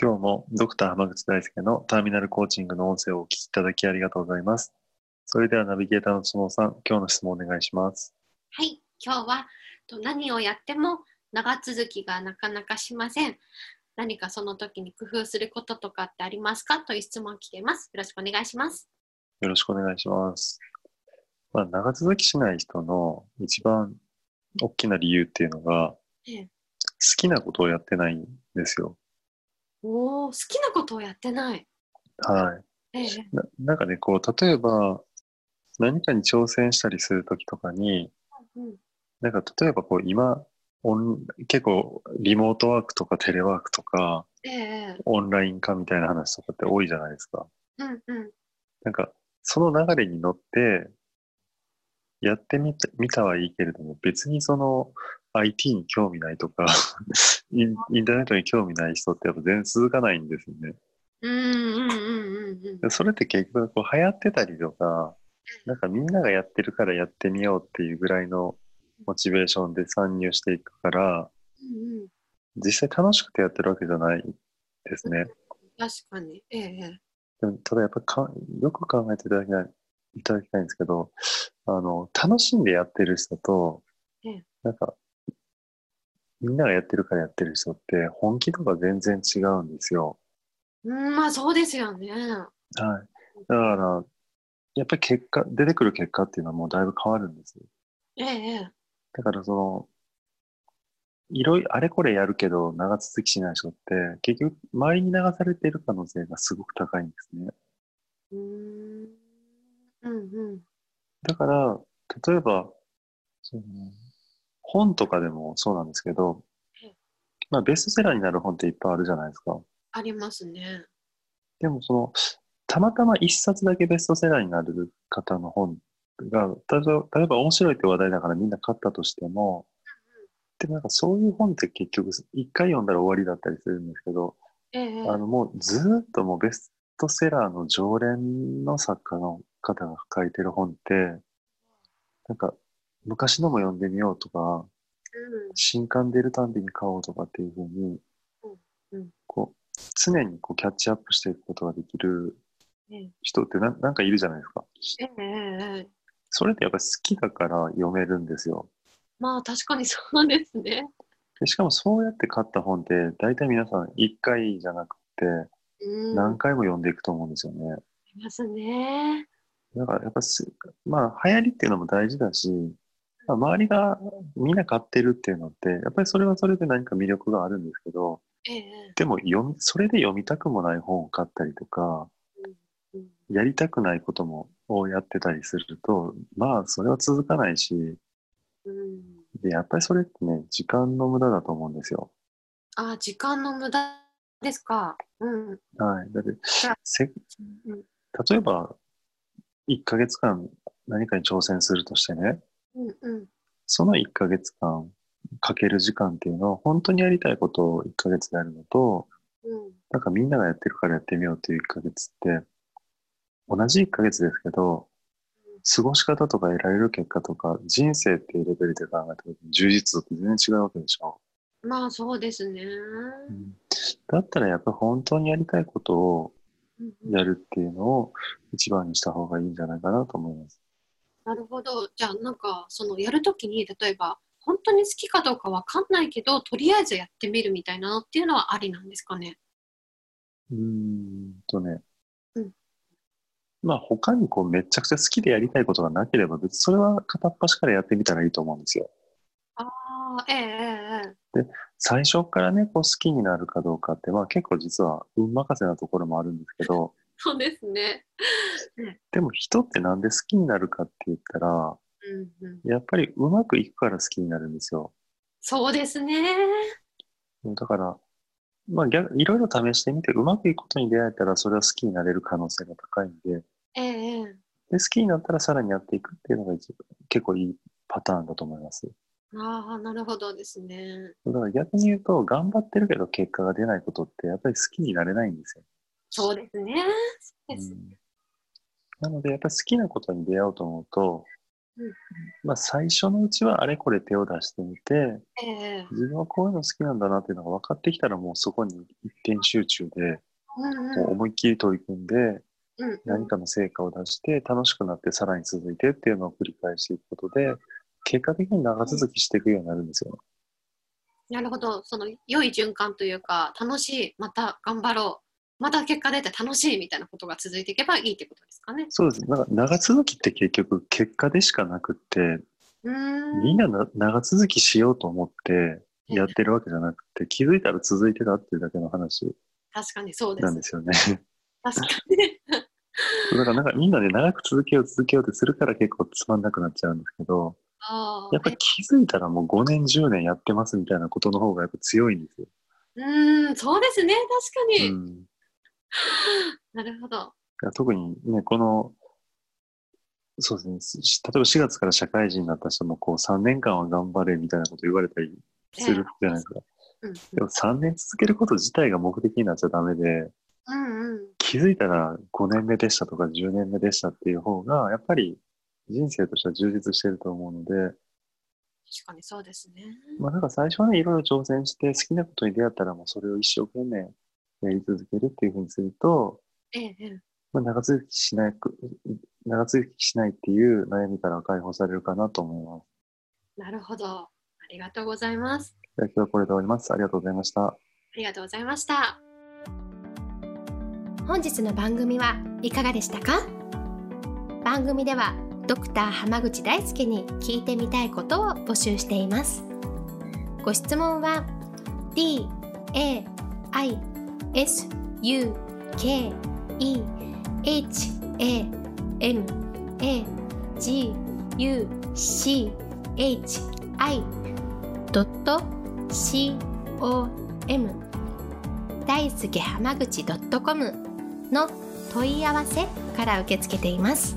今日もドクター浜口大輔のターミナルコーチングの音声をお聞きいただきありがとうございますそれではナビゲーターの下野さん今日の質問お願いしますはい、今日はと何をやっても長続きがなかなかしません。何かその時に工夫することとかってありますかという質問を聞けます。よろしくお願いします。よろしくお願いします。まあ、長続きしない人の一番大きな理由っていうのが、ええ好きなことをやってないんですよ。おお、好きなことをやってない。はええ、い。ななんかね、こう、例えば、何かに挑戦したりするときとかに、うん、なんか例えばこう、今、オン結構リモートワークとかテレワークとかええ、オンライン化みたいな話とかって多いじゃないですか。うん、うん、なんか、その流れに乗って、やってみたみたはいいけれども、別にその IT に興味ないとか、 インインターネットに興味ない人ってやっぱ全然続かないんですよね。うん、うん、うん、うん、でそれって結局こう流行ってたりとか、なんかみんながやってるからやってみようっていうぐらいのモチベーションで参入していくから、うん、うん、実際楽しくてやってるわけじゃないですね。確かに。ええ、でもただやっぱかよく考えていただきたいいただきたいんですけどあの楽しんでやってる人と、ええなんかみんながやってるからやってる人って本気とか全然違うんですよ。うん、まあそうですよね。うはい、だからやっぱり結果出てくる結果っていうのはもうだいぶ変わるんですよ。んええ、だからそのいろいろあれこれやるけど長続きしない人って結局周りに流されている可能性がすごく高いんですね。うーん、うん、うん、だから、例えば、その本とかでもそうなんですけどうん、まあ、ベストセラーになる本っていっぱいあるじゃないですか。ありますね。でも、その、たまたま一冊だけベストセラーになる方の本が、例えば例えば面白いって話題だからみんな買ったとしても、でもなんかそういう本って結局、一回読んだら終わりだったりするんですけど、ええ、あのもうずーっともうベストセラーの常連の作家の方が書いてる本って、なんか昔のも読んでみようとか、新刊出るたんびに買おうとかっていうふうにうんうん、こう、常にこうキャッチアップしていくことができるうん、ええ、人ってななんかいるじゃないですか。ええ、ええ。それってやっぱり好きだから読めるんですよ。まあ確かにそうですね。でしかもそうやって買った本って大体皆さん1回じゃなくてうん、あ何回も読んでいくと思うんですよね。りますね。だからやっぱす、まあ、流行りっていうのも大事だし、まあ、周りがみんな買ってるっていうのって、やっぱりそれはそれで何か魅力があるんですけど、ええ、でも読み、それで読みたくもない本を買ったりとか、うんやりたくないことも、をやってたりすると、まあ、それは続かないし、うん、で、やっぱりそれってね、時間の無駄だと思うんですよ。あ時間の無駄ですか。うん、うん、はい。だって、せうん例えば、1ヶ月間何かに挑戦するとしてね、うん、その1ヶ月間かける時間っていうのは、本当にやりたいことを1ヶ月でやるのと、うん、なんかみんながやってるからやってみようっていう1ヶ月って、同じ1ヶ月ですけど、過ごし方とか得られる結果とか、人生っていうレベルで考えた時に充実度って全然違うわけでしょ。まあそうですね。だったらやっぱり本当にやりたいことをうんうんやるっていうのを一番にした方がいいんじゃないかなと思います。なるほど。じゃあなんかそのやるときに例えば本当に好きかどうかわかんないけどとりあえずやってみるみたいなのっていうのはありなんですかね。うーんとね、うんまあ他にこうめちゃくちゃ好きでやりたいことがなければ別にそれは片っ端からやってみたらいいと思うんですよ。ああ、えええ最初からねこう好きになるかどうかってまあ結構実は運任せなところもあるんですけどそうですね。でも人ってなんで好きになるかって言ったらうんうん、やっぱりうまくいくから好きになるんですよ。そうですね。うんだから、まあ逆、いろいろ試してみて、うまくいくことに出会えたら、それは好きになれる可能性が高いんで、で、ええええ好きになったらさらにやっていくっていうのが一結構いいパターンだと思います。ああ、なるほどですね。だから逆に言うと、頑張ってるけど結果が出ないことって、やっぱり好きになれないんですよ。そうですね。そうですうんなので、やっぱり好きなことに出会おうと思うと、うんまあ最初のうちはあれこれ手を出してみて、ええ自分はこういうの好きなんだなっていうのが分かってきたらもうそこに一点集中で、うんもう思いっきり取り組んで、うんうん何かの成果を出して楽しくなってさらに続いてっていうのを繰り返していくことで、結果的に長続きしていくようになるんですよね。なるほど、その良い循環というか、楽しい、また頑張ろう、また結果出て楽しいみたいなことが続いていけばいいってことですかね。そうです。なんか長続きって結局結果でしかなくって、うーんみんなな長続きしようと思ってやってるわけじゃなくて、気づいたら続いてたっていうだけの話確かにそうでなんです。す よね。確かに。だからなんかみんなで長く続けよう続けようってするから結構つまんなくなっちゃうんですけど、あー やっぱり気づいたらもう5年10年やってますみたいなことの方がやっぱ強いんですよ。うーん、そうですね、確かに。うんなるほど。いや特にね、この、そうですね、し例えば4月から社会人になった人もこう3年間は頑張れみたいなこと言われたりするじゃないですか。うんでも3年続けること自体が目的になっちゃダメで、うんうん、気づいたら5年目でしたとか10年目でしたっていう方が、やっぱり人生としては充実してると思うので、確かにそうですね。まあなんか最初はね、いろいろ挑戦して好きなことに出会ったらもうそれを一生懸命やり続けるっていうふうにすると、ええええまあ、長続きしないく、長続きしないっていう悩みから解放されるかなと思います。なるほど。ありがとうございます。じゃあ今日はこれで終わります。ありがとうございました。ありがとうございました。本日の番組はいかがでしたか番組ではドクター濱口大輔に聞いてみたいことを募集していますご質問は d a i s u k e h a m a g u c h i c o m 大輔濱口 .com の問い合わせから受け付けています